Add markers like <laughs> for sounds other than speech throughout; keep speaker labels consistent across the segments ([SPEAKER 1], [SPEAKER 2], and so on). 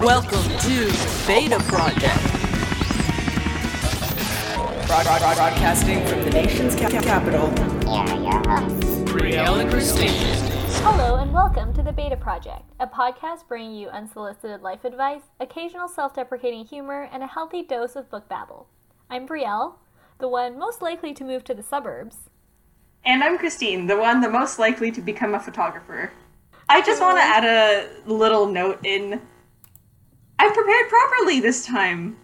[SPEAKER 1] Welcome to Beta Project. Broad- broad- broad- Broadcasting from the nation's ca- ca- capital. Brielle and Christine.
[SPEAKER 2] Hello and welcome to The Beta Project, a podcast bringing you unsolicited life advice, occasional self deprecating humor, and a healthy dose of book babble. I'm Brielle, the one most likely to move to the suburbs.
[SPEAKER 3] And I'm Christine, the one the most likely to become a photographer. I just want to add a little note in. I prepared properly this time.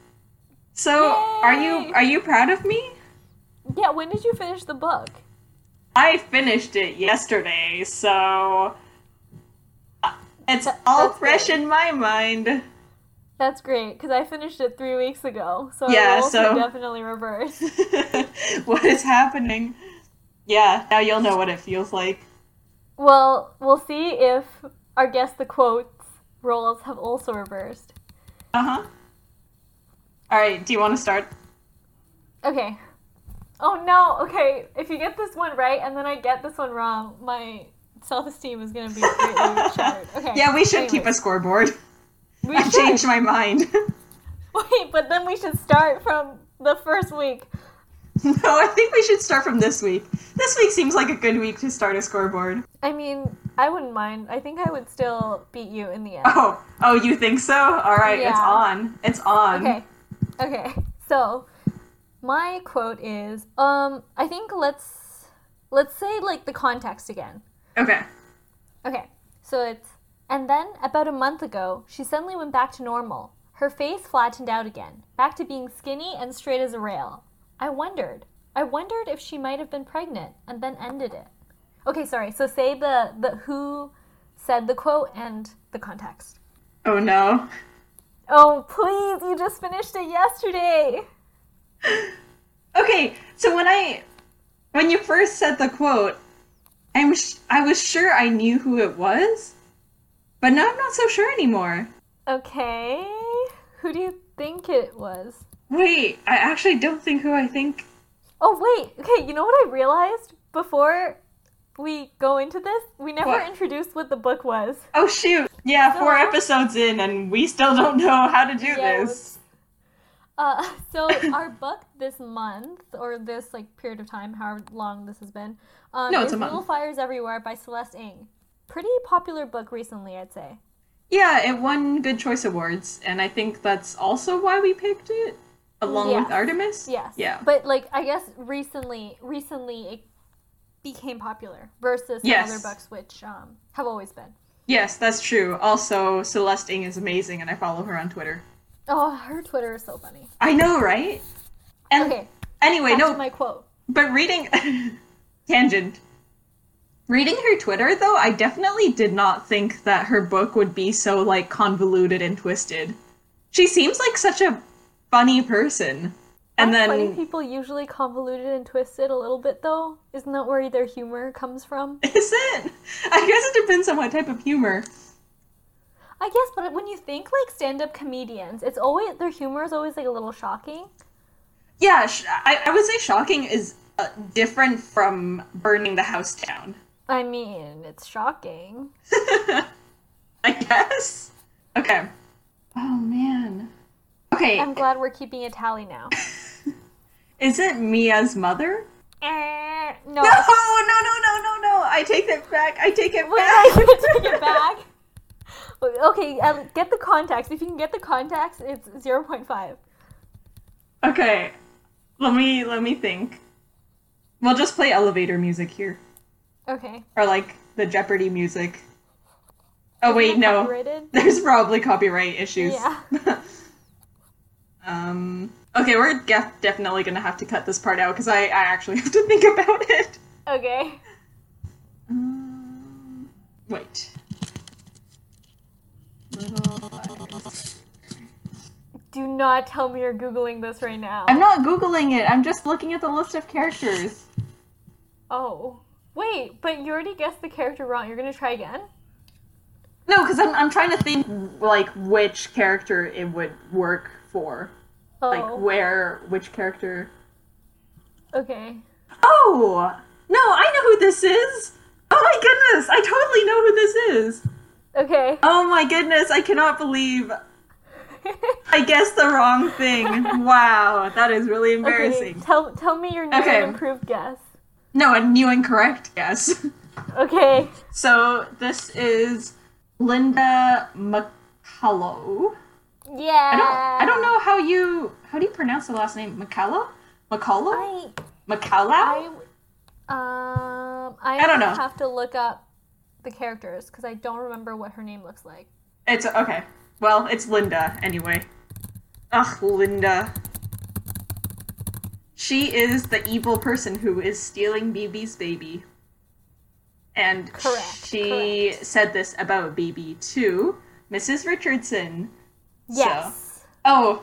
[SPEAKER 3] So, are
[SPEAKER 2] Yay!
[SPEAKER 3] you are you proud of me?
[SPEAKER 2] Yeah, when did you finish the book?
[SPEAKER 3] I finished it yesterday, so uh, it's all
[SPEAKER 2] that's
[SPEAKER 3] fresh
[SPEAKER 2] good.
[SPEAKER 3] in my mind.
[SPEAKER 2] That's great, because I finished it three weeks ago, so
[SPEAKER 3] Yeah,
[SPEAKER 2] yeah, roles
[SPEAKER 3] so-
[SPEAKER 2] are definitely reversed. <laughs>
[SPEAKER 3] <laughs> what is happening? Yeah, now you'll know what it feels like.
[SPEAKER 2] well, we'll see if our guess the quotes roles have also reversed.
[SPEAKER 3] Uh huh. All right, do you want to start?
[SPEAKER 2] Okay. Oh no, okay. If you get this one right and then I get this one wrong, my self esteem is gonna be
[SPEAKER 3] <laughs>
[SPEAKER 2] greatly shattered. Okay.
[SPEAKER 3] Yeah, we should keep a
[SPEAKER 2] anyways.
[SPEAKER 3] scoreboard.
[SPEAKER 2] We
[SPEAKER 3] I
[SPEAKER 2] should.
[SPEAKER 3] changed my mind.
[SPEAKER 2] <laughs>
[SPEAKER 3] <laughs>
[SPEAKER 2] Wait, but then we should start from the first week.
[SPEAKER 3] No, I think we should start from this week. This week seems like a good week to start a scoreboard.
[SPEAKER 2] I mean, I wouldn't mind. I think I would still beat you in the end.
[SPEAKER 3] Oh, oh, you think so? All right, it's
[SPEAKER 2] Yeah.
[SPEAKER 3] on. It's on.
[SPEAKER 2] Okay. Okay. So, my quote is um I think let's let's say like the context again.
[SPEAKER 3] Okay.
[SPEAKER 2] Okay, so it's. And then, about a month ago, she suddenly went back to normal. Her face flattened out again, back to being skinny and straight as a rail. I wondered. I wondered if she might have been pregnant, and then ended it. Okay, sorry. So say the, the who said the quote and the context.
[SPEAKER 3] Oh no.
[SPEAKER 2] Oh, please, you just finished it yesterday.
[SPEAKER 3] Okay. So when I, when you first said the quote, I was I was sure I knew who it was, but now I'm not so sure anymore.
[SPEAKER 2] Okay. Who do you think it was?
[SPEAKER 3] Wait, I actually don't think who I think.
[SPEAKER 2] Oh wait, okay, you know what I realized before we go into this? We never
[SPEAKER 3] What?
[SPEAKER 2] introduced what the book was.
[SPEAKER 3] Oh shoot. Yeah, four
[SPEAKER 2] So-
[SPEAKER 3] episodes in, and we still don't know how to do
[SPEAKER 2] Yeah,
[SPEAKER 3] this.
[SPEAKER 2] Uh, <laughs> so our book this month, or this like period of time, however long this has been, um,
[SPEAKER 3] No,
[SPEAKER 2] is
[SPEAKER 3] it's a month.
[SPEAKER 2] Little Fires Everywhere by Celeste Ng. Pretty popular book recently, I'd say.
[SPEAKER 3] Yeah, it won Good Choice Awards, and I think that's also why we picked it, along
[SPEAKER 2] Yes.
[SPEAKER 3] with Artemis.
[SPEAKER 2] Yes.
[SPEAKER 3] Yeah.
[SPEAKER 2] But like, I guess recently, recently it became popular versus the
[SPEAKER 3] Yes.
[SPEAKER 2] other books which um, have always been.
[SPEAKER 3] Yes, that's true. Also, Celeste Ng is amazing, and I follow her on Twitter.
[SPEAKER 2] Oh, her Twitter is so funny.
[SPEAKER 3] I know, right? And
[SPEAKER 2] Okay,
[SPEAKER 3] anyway,
[SPEAKER 2] back
[SPEAKER 3] no,
[SPEAKER 2] to my quote.
[SPEAKER 3] but reading <laughs> tangent. Reading her Twitter though, I definitely did not think that her book would be so like convoluted and twisted. She seems like such a funny person. And
[SPEAKER 2] Aren't
[SPEAKER 3] then
[SPEAKER 2] funny people usually convoluted and twisted a little bit though. Isn't that where their humor comes
[SPEAKER 3] <laughs>
[SPEAKER 2] from?
[SPEAKER 3] <laughs> is it? I guess it depends on what type of humor.
[SPEAKER 2] I guess, but when you think like stand-up comedians, it's always their humor is always like a little shocking.
[SPEAKER 3] Yeah, sh- I, I would say shocking is uh, different from burning the house down.
[SPEAKER 2] I mean, it's shocking.
[SPEAKER 3] <laughs> I guess. Okay. Oh man. Okay.
[SPEAKER 2] I'm glad we're keeping a tally
[SPEAKER 3] <laughs>
[SPEAKER 2] now.
[SPEAKER 3] Is it Mia's mother?
[SPEAKER 2] Eh, no, <laughs>
[SPEAKER 3] <laughs> No, no, no, no, no, no. I take that back. I take it
[SPEAKER 2] wait,
[SPEAKER 3] back.
[SPEAKER 2] I can take it back. <laughs> Okay, uh, get the context. If you can get the context, it's zero point five.
[SPEAKER 3] Okay. Let me let me think. We'll just play elevator music here.
[SPEAKER 2] Okay.
[SPEAKER 3] Or like the Jeopardy music. Oh wait, no.
[SPEAKER 2] Copyrighted?
[SPEAKER 3] <laughs> There's probably copyright issues.
[SPEAKER 2] Yeah.
[SPEAKER 3] <laughs> um Okay, we're def- definitely gonna have to cut this part out because I, I actually <laughs> have to think about it.
[SPEAKER 2] Okay.
[SPEAKER 3] Um, wait. Little Fires.
[SPEAKER 2] Do not tell me you're googling this right now.
[SPEAKER 3] I'm not googling it. I'm just looking at the list of characters.
[SPEAKER 2] Oh. Wait, but you already guessed the character wrong. You're gonna try again?
[SPEAKER 3] No, because I'm I'm trying to think like which character it would work for.
[SPEAKER 2] Oh.
[SPEAKER 3] Like where which character.
[SPEAKER 2] okay.
[SPEAKER 3] Oh no! I know who this is. Oh my goodness! I totally know who this is.
[SPEAKER 2] Okay. <laughs>
[SPEAKER 3] Oh my goodness! I cannot believe I guess the wrong thing. Wow, that is really embarrassing.
[SPEAKER 2] Okay, tell tell me your new
[SPEAKER 3] Okay.
[SPEAKER 2] and improved guess.
[SPEAKER 3] No, a new and correct guess.
[SPEAKER 2] Okay.
[SPEAKER 3] So this is Linda McCullough.
[SPEAKER 2] Yeah.
[SPEAKER 3] I don't, I don't know how you how do you pronounce the last name? McCullough?
[SPEAKER 2] I
[SPEAKER 3] McCullough?
[SPEAKER 2] I
[SPEAKER 3] McCullough?
[SPEAKER 2] um I,
[SPEAKER 3] I don't know.
[SPEAKER 2] have to look up the characters because I don't remember what her name looks like.
[SPEAKER 3] It's okay. Well, it's Linda anyway. Ugh, Linda. She is the evil person who is stealing BB's baby. And
[SPEAKER 2] Correct,
[SPEAKER 3] she said this about BB too. Mrs. Richardson.
[SPEAKER 2] Yes.
[SPEAKER 3] Oh,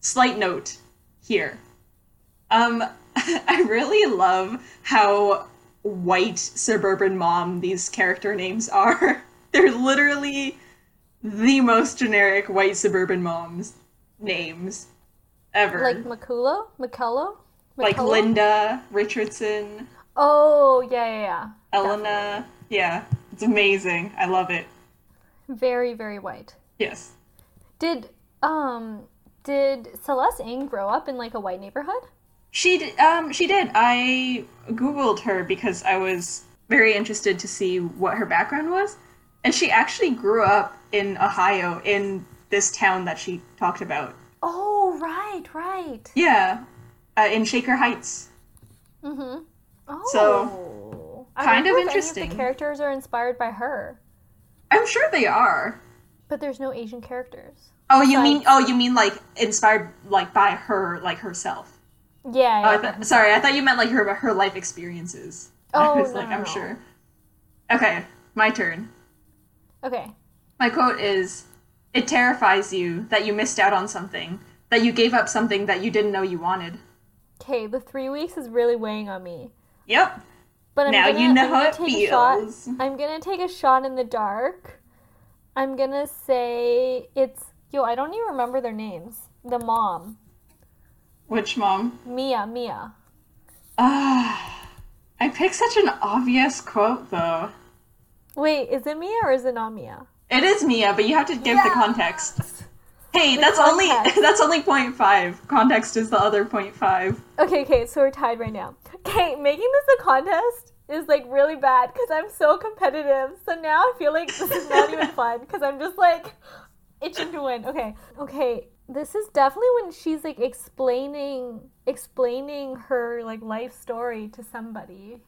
[SPEAKER 3] slight note here. Um, <laughs> I really love how white suburban mom these character names are. <laughs> They're literally the most generic white suburban moms names ever.
[SPEAKER 2] Like Maculo? McCullough?
[SPEAKER 3] Like
[SPEAKER 2] McCullough?
[SPEAKER 3] Linda Richardson,
[SPEAKER 2] Oh yeah yeah yeah.
[SPEAKER 3] Elena. Yeah, it's amazing. I love it.
[SPEAKER 2] Very very white.
[SPEAKER 3] Yes.
[SPEAKER 2] Did um did Celeste Ng grow up in like a white neighborhood?
[SPEAKER 3] She d- um she did. I googled her because I was very interested to see what her background was, and she actually grew up in Ohio in this town that she talked about.
[SPEAKER 2] Oh right right.
[SPEAKER 3] Yeah, uh, in Shaker Heights.
[SPEAKER 2] Mm-hmm. Oh.
[SPEAKER 3] So,
[SPEAKER 2] I
[SPEAKER 3] kind
[SPEAKER 2] wonder
[SPEAKER 3] of
[SPEAKER 2] if Any
[SPEAKER 3] interesting.
[SPEAKER 2] of the characters are inspired by her,
[SPEAKER 3] I'm sure they are.
[SPEAKER 2] but there's no Asian characters.
[SPEAKER 3] Oh, you
[SPEAKER 2] Like-
[SPEAKER 3] mean oh you mean like inspired like by her like herself.
[SPEAKER 2] Yeah.
[SPEAKER 3] Oh, I
[SPEAKER 2] yeah.
[SPEAKER 3] th- sorry, I thought you meant like her her life experiences.
[SPEAKER 2] Oh,
[SPEAKER 3] <laughs> I was
[SPEAKER 2] no,
[SPEAKER 3] like
[SPEAKER 2] no,
[SPEAKER 3] I'm
[SPEAKER 2] no.
[SPEAKER 3] sure. Okay, my turn.
[SPEAKER 2] okay.
[SPEAKER 3] My quote is It terrifies you that you missed out on something, that you gave up something that you didn't know you wanted.
[SPEAKER 2] Okay. The three weeks is really weighing on me.
[SPEAKER 3] Yep.
[SPEAKER 2] But I'm
[SPEAKER 3] Now
[SPEAKER 2] gonna,
[SPEAKER 3] you know
[SPEAKER 2] I'm
[SPEAKER 3] how
[SPEAKER 2] gonna
[SPEAKER 3] it
[SPEAKER 2] take a shot.
[SPEAKER 3] feels.
[SPEAKER 2] I'm gonna take a shot in the dark. I'm gonna say it's yo. I don't even remember their names. The mom,
[SPEAKER 3] Which mom?
[SPEAKER 2] Mia, Mia.
[SPEAKER 3] Ah. I picked such an obvious quote though.
[SPEAKER 2] Wait, is it Mia or is it not Mia?
[SPEAKER 3] It is Mia, but you have to give the context. Hey, that's
[SPEAKER 2] context.
[SPEAKER 3] only <laughs> that's only 0.5. Context is the other 0.5.
[SPEAKER 2] Okay, okay, so we're tied right now. Okay, making this a contest is like really bad because I'm so competitive. So now I feel like this is not even fun because I'm just like itching to win. Okay, okay, this is definitely when she's like explaining explaining her like life story to somebody.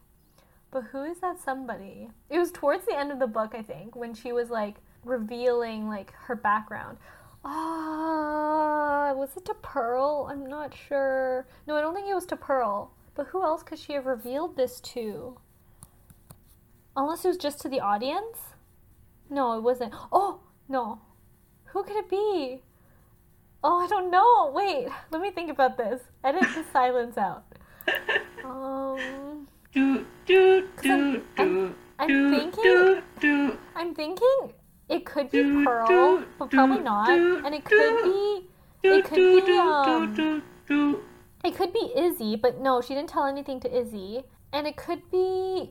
[SPEAKER 2] But who is that somebody? It was towards the end of the book, I think, when she was like revealing like her background. Ah, was it to Pearl? I'm not sure. No, I don't think it was to Pearl. But who else could she have revealed this to? Unless it was just to the audience? No, it wasn't. Oh, no. Who could it be? Oh, I don't know. Wait, let me think about this. Edit
[SPEAKER 3] <laughs>
[SPEAKER 2] the silence out. Um.
[SPEAKER 3] Do do do
[SPEAKER 2] I'm-
[SPEAKER 3] do
[SPEAKER 2] I'm
[SPEAKER 3] do
[SPEAKER 2] thinking-
[SPEAKER 3] do do.
[SPEAKER 2] I'm thinking it could be
[SPEAKER 3] Do,
[SPEAKER 2] Pearl,
[SPEAKER 3] do,
[SPEAKER 2] but
[SPEAKER 3] do,
[SPEAKER 2] probably not.
[SPEAKER 3] do,
[SPEAKER 2] And it
[SPEAKER 3] do,
[SPEAKER 2] could be
[SPEAKER 3] do,
[SPEAKER 2] it could
[SPEAKER 3] do,
[SPEAKER 2] be,
[SPEAKER 3] do,
[SPEAKER 2] um,
[SPEAKER 3] do, do, do.
[SPEAKER 2] it could be Izzy, but no, she didn't tell anything to Izzy. And it could be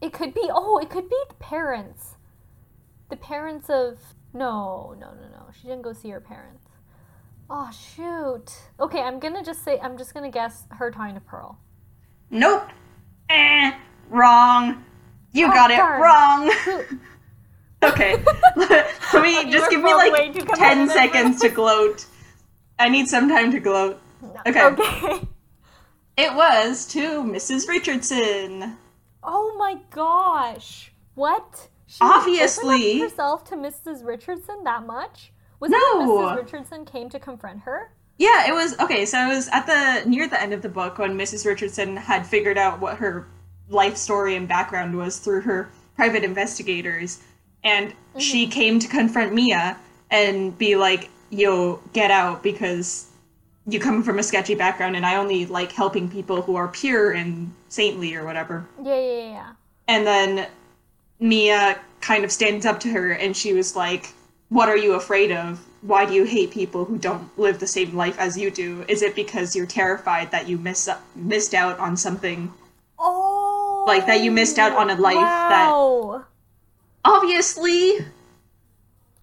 [SPEAKER 2] it could be oh, it could be the parents. The parents of no, no, no, no. She didn't go see her parents. Oh shoot. Okay, I'm gonna just say I'm just gonna guess her talking to Pearl.
[SPEAKER 3] Nope. Eh, wrong. You
[SPEAKER 2] Oh,
[SPEAKER 3] got it
[SPEAKER 2] darn.
[SPEAKER 3] wrong. <laughs>
[SPEAKER 2] Who-
[SPEAKER 3] Okay. <laughs> Let me just
[SPEAKER 2] were
[SPEAKER 3] give me
[SPEAKER 2] both
[SPEAKER 3] like
[SPEAKER 2] way too
[SPEAKER 3] 10
[SPEAKER 2] competitive.
[SPEAKER 3] seconds to gloat. I need some time to gloat. Okay.
[SPEAKER 2] okay. <laughs>
[SPEAKER 3] It was to Mrs. Richardson.
[SPEAKER 2] Oh my gosh! What? She was
[SPEAKER 3] Obviously.
[SPEAKER 2] opening up herself to Mrs. Richardson that much? Was it
[SPEAKER 3] No.
[SPEAKER 2] that Mrs. Richardson came to confront her?
[SPEAKER 3] Yeah, it was okay. So it was at the near the end of the book when Mrs. Richardson had figured out what her life story and background was through her private investigators, and she came to confront Mia and be like, "Yo, get out because you come from a sketchy background, and I only like helping people who are pure and saintly or whatever."
[SPEAKER 2] Yeah, yeah, yeah, yeah.
[SPEAKER 3] And then Mia kind of stands up to her and she was like, What are you afraid of? Why do you hate people who don't live the same life as you do? Is it because you're terrified that you miss missed out on something?
[SPEAKER 2] Oh!
[SPEAKER 3] Like that you missed out on a life that-
[SPEAKER 2] wow.
[SPEAKER 3] Obviously,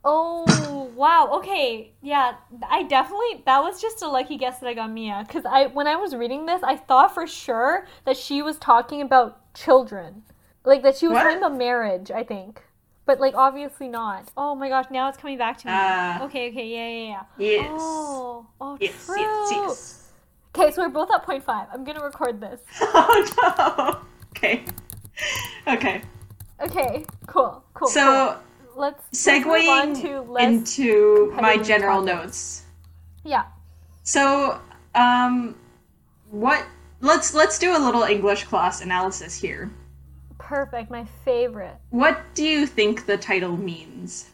[SPEAKER 2] Oh, Wow. Okay. Yeah. I definitely that was just a lucky guess that I got Mia because I when I was reading this I thought for sure that she was talking about children, like that she was
[SPEAKER 3] What?
[SPEAKER 2] talking about marriage. I think, but like obviously not. Oh my gosh! Now it's coming back to me.
[SPEAKER 3] Ah.
[SPEAKER 2] okay. Okay. Yeah. Yeah. Yeah.
[SPEAKER 3] Yes.
[SPEAKER 2] Oh. Oh.
[SPEAKER 3] Yes,
[SPEAKER 2] true.
[SPEAKER 3] yes, yes.
[SPEAKER 2] Okay. So we're both at point five. I'm gonna record this.
[SPEAKER 3] <laughs> Oh no. Okay. Okay.
[SPEAKER 2] Okay. Cool. Cool.
[SPEAKER 3] So
[SPEAKER 2] cool. let's let's move on to
[SPEAKER 3] segueing
[SPEAKER 2] less.
[SPEAKER 3] into my
[SPEAKER 2] competitive
[SPEAKER 3] general
[SPEAKER 2] topics.
[SPEAKER 3] notes.
[SPEAKER 2] yeah.
[SPEAKER 3] So, um, what? Let's let's do a little English class analysis here.
[SPEAKER 2] Perfect. My favorite.
[SPEAKER 3] What do you think the title means?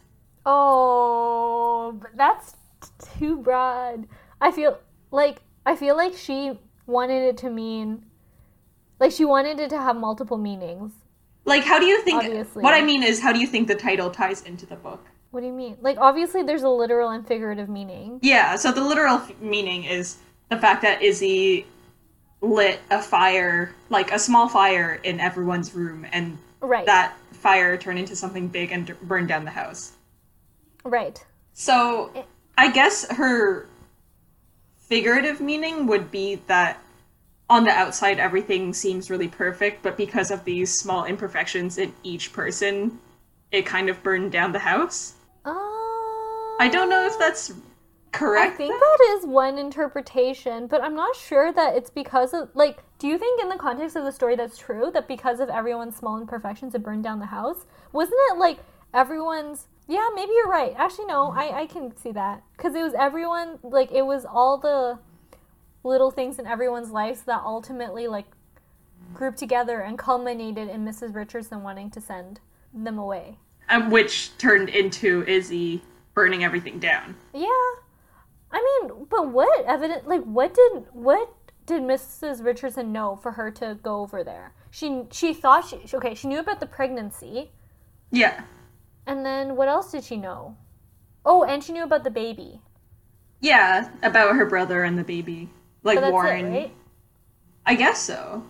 [SPEAKER 2] Oh, but that's too broad. I feel like I feel like she wanted it to mean like she wanted it to have multiple meanings.
[SPEAKER 3] Like, how do you think?
[SPEAKER 2] Obviously.
[SPEAKER 3] What I mean is, how do you think the title ties into the book?
[SPEAKER 2] What do you mean? Like obviously there's a literal and figurative meaning.
[SPEAKER 3] Yeah. So the literal f- meaning is the fact that Izzy lit a fire, like a small fire, in everyone's room, and
[SPEAKER 2] Right.
[SPEAKER 3] that fire turned into something big and d- burned down the house.
[SPEAKER 2] Right.
[SPEAKER 3] So I guess her figurative meaning would be that on the outside everything seems really perfect, but because of these small imperfections in each person, it kind of burned down the house.
[SPEAKER 2] Oh.
[SPEAKER 3] I don't know if that's
[SPEAKER 2] I
[SPEAKER 3] correct.
[SPEAKER 2] think
[SPEAKER 3] though.
[SPEAKER 2] that is one interpretation, but I'm not sure that it's because of like do you think in the context of the story that's true that because of everyone's small imperfections it burned down the house? Wasn't it like everyone's Yeah, maybe you're right. Actually no, I I can see that cuz it was everyone like it was all the little things in everyone's lives that ultimately like grouped together and culminated in Mrs. Richardson wanting to send them away.
[SPEAKER 3] Um, which turned into Izzy burning everything down.
[SPEAKER 2] Yeah. I mean, but what evidence like what did what did Mrs. Richardson know for her to go over there? She she thought she she- okay, she knew about the pregnancy.
[SPEAKER 3] Yeah.
[SPEAKER 2] And then what else did she know? Oh, and she knew about the baby.
[SPEAKER 3] Yeah, about her brother and the baby. Like
[SPEAKER 2] But that's
[SPEAKER 3] Warren.
[SPEAKER 2] it, right?
[SPEAKER 3] I guess so.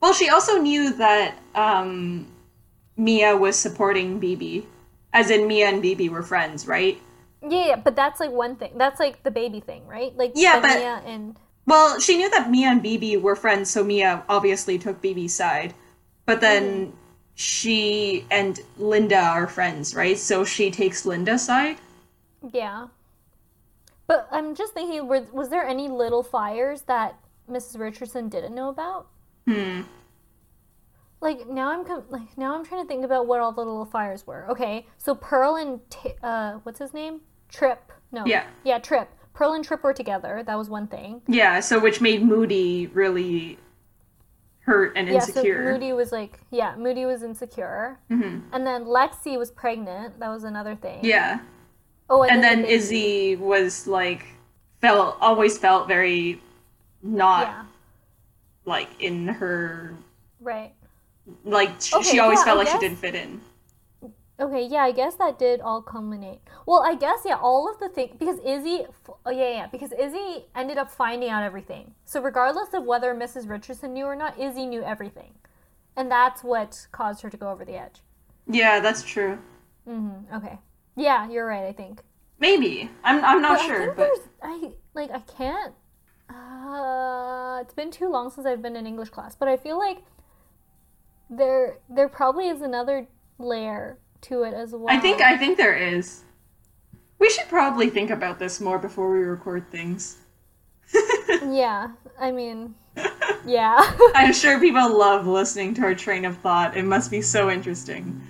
[SPEAKER 3] Well, she also knew that um, Mia was supporting BB, as in Mia and BB were friends, right?
[SPEAKER 2] Yeah, yeah, but that's like one thing. That's like the baby thing, right? Like
[SPEAKER 3] Yeah,
[SPEAKER 2] the
[SPEAKER 3] but-
[SPEAKER 2] Mia and
[SPEAKER 3] Well, she knew that Mia and BB were friends, so Mia obviously took BB's side. But then
[SPEAKER 2] Mm-hmm.
[SPEAKER 3] she and Linda are friends, right? So she takes Linda's side.
[SPEAKER 2] yeah. But I'm just thinking were, was there any little fires that Mrs. Richardson didn't know about?
[SPEAKER 3] Hmm.
[SPEAKER 2] like now I'm com- like now I'm trying to think about what all the little fires were. Okay, so Pearl and T- uh, what's his name? Trip. No.
[SPEAKER 3] Yeah.
[SPEAKER 2] Yeah, Trip. Pearl and Trip were together. That was one thing.
[SPEAKER 3] Yeah, so which made Moody really hurt and
[SPEAKER 2] Yeah. So
[SPEAKER 3] insecure.
[SPEAKER 2] Moody was like, yeah, Moody was insecure,
[SPEAKER 3] Mhm.
[SPEAKER 2] and then Lexi was pregnant. That was another thing.
[SPEAKER 3] yeah.
[SPEAKER 2] Oh, and,
[SPEAKER 3] and then
[SPEAKER 2] the baby.
[SPEAKER 3] Izzy was like felt always felt very not
[SPEAKER 2] Yeah.
[SPEAKER 3] like in her
[SPEAKER 2] Right.
[SPEAKER 3] like she,
[SPEAKER 2] Okay,
[SPEAKER 3] she always
[SPEAKER 2] yeah,
[SPEAKER 3] felt
[SPEAKER 2] I
[SPEAKER 3] like
[SPEAKER 2] guess-
[SPEAKER 3] she didn't fit in.
[SPEAKER 2] Okay, yeah, I guess that did all culminate. Well, I guess yeah, all of the thing because Izzy, oh yeah, yeah, because Izzy ended up finding out everything. So regardless of whether Mrs. Richardson knew or not, Izzy knew everything, and that's what caused her to go over the edge.
[SPEAKER 3] Yeah, that's true.
[SPEAKER 2] Mm-hmm, okay, yeah, you're right. I think.
[SPEAKER 3] Maybe I'm I'm not
[SPEAKER 2] But I
[SPEAKER 3] sure,
[SPEAKER 2] think
[SPEAKER 3] but
[SPEAKER 2] there's I like I can't. Uh, it's been too long since I've been in English class, but I feel like there there probably is another layer to it as well.
[SPEAKER 3] I think I think there is. We should probably think about this more before we record things.
[SPEAKER 2] Yeah, I mean, yeah. <laughs>
[SPEAKER 3] I'm sure people love listening to our train of thought. It must be so interesting.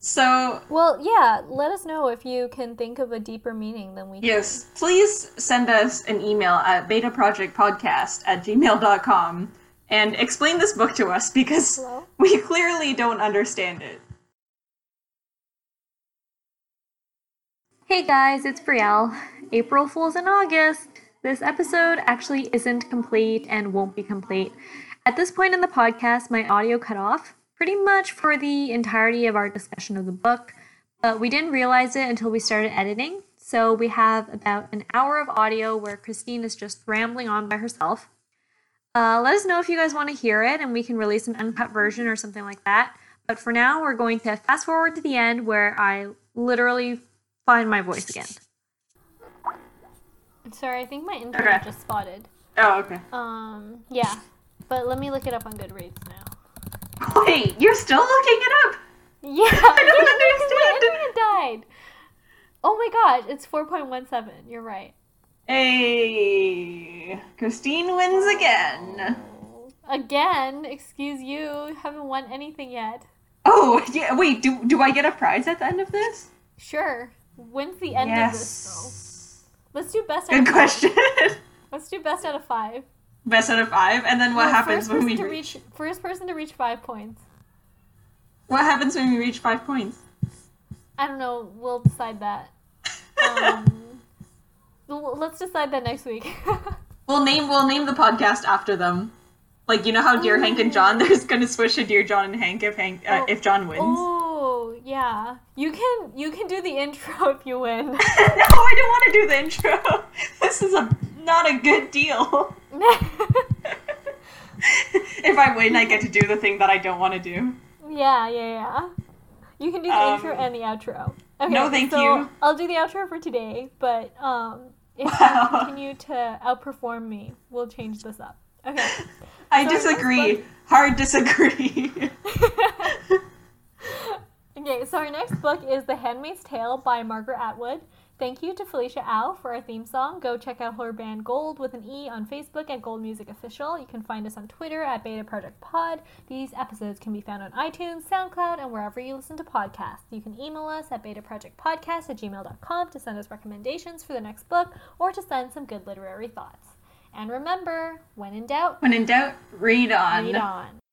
[SPEAKER 3] So,
[SPEAKER 2] well, yeah, let us know if you can think of a deeper meaning than we
[SPEAKER 3] Yes, please send us an email at betaprojectpodcast at gmail.com and explain this book to us because
[SPEAKER 2] Hello?
[SPEAKER 3] we clearly don't understand it.
[SPEAKER 4] Hey guys, it's Brielle. April Fools in August. This episode actually isn't complete and won't be complete. At this point in the podcast, my audio cut off pretty much for the entirety of our discussion of the book, but we didn't realize it until we started editing. So we have about an hour of audio where Christine is just rambling on by herself. Uh, let us know if you guys want to hear it and we can release an uncut version or something like that. But for now, we're going to fast forward to the end where I literally find my voice again.
[SPEAKER 2] Sorry, I think my internet
[SPEAKER 3] Okay.
[SPEAKER 2] just spotted.
[SPEAKER 3] Oh, okay.
[SPEAKER 2] Um, yeah, but let me look it up on Goodreads
[SPEAKER 3] <laughs>
[SPEAKER 2] now.
[SPEAKER 3] Wait, you're still looking it up? <laughs>
[SPEAKER 2] Yeah, <laughs>
[SPEAKER 3] I
[SPEAKER 2] there's- my
[SPEAKER 3] don't understand.
[SPEAKER 2] internet died. Oh my gosh, it's four point one seven. You're right.
[SPEAKER 3] Hey, Christine wins again.
[SPEAKER 2] Again, excuse you, haven't won anything yet.
[SPEAKER 3] Oh, yeah. Wait, do do I get a prize at the end of this?
[SPEAKER 2] Sure. When's the end of this
[SPEAKER 3] Yes.
[SPEAKER 2] though? Let's do best out
[SPEAKER 3] Good
[SPEAKER 2] of five.
[SPEAKER 3] question. <laughs>
[SPEAKER 2] Let's do best out of five.
[SPEAKER 3] Best out of five, and then what
[SPEAKER 2] Well,
[SPEAKER 3] happens
[SPEAKER 2] first
[SPEAKER 3] when
[SPEAKER 2] person
[SPEAKER 3] we
[SPEAKER 2] to
[SPEAKER 3] reach?
[SPEAKER 2] first person to reach five points.
[SPEAKER 3] What happens when we reach five points?
[SPEAKER 2] I don't know, we'll decide
[SPEAKER 3] <laughs>
[SPEAKER 2] that. Um, l- let's decide that next week. <laughs>
[SPEAKER 3] We'll name we'll name the podcast after them. Like you know how Dear Hank and John, <laughs> there's gonna switch to Dear John and Hank if Hank uh,
[SPEAKER 2] Oh.
[SPEAKER 3] if John wins.
[SPEAKER 2] oh, yeah. You can you can do the <laughs> intro if you win. <laughs>
[SPEAKER 3] <laughs> no, I don't want to do the intro. <laughs> This is a not a good deal. <laughs> if I win, I get to do the thing that I don't want to do.
[SPEAKER 2] Yeah, yeah, yeah. You can do the
[SPEAKER 3] Um,
[SPEAKER 2] intro and the outro. Okay,
[SPEAKER 3] no, thank
[SPEAKER 2] so
[SPEAKER 3] you.
[SPEAKER 2] I'll do the outro for today, but um, if
[SPEAKER 3] <laughs> Wow.
[SPEAKER 2] you continue to outperform me, we'll change this up.
[SPEAKER 3] <laughs>
[SPEAKER 2] Okay.
[SPEAKER 3] I
[SPEAKER 2] Sorry,
[SPEAKER 3] disagree. Hard disagree. <laughs>
[SPEAKER 2] okay, so our next book is The Handmaid's Tale by Margaret Atwood. Thank you to Felicia Au for our theme song. Go check out her band Gold with an E on Facebook at Gold Music Official. You can find us on Twitter at Beta Project Pod. These episodes can be found on iTunes, SoundCloud, and wherever you listen to podcasts. You can email us at betaprojectpodcast at gmail.com to send us recommendations for the next book or to send some good literary thoughts. And remember, when in doubt,
[SPEAKER 3] when in doubt, read on.
[SPEAKER 2] read on.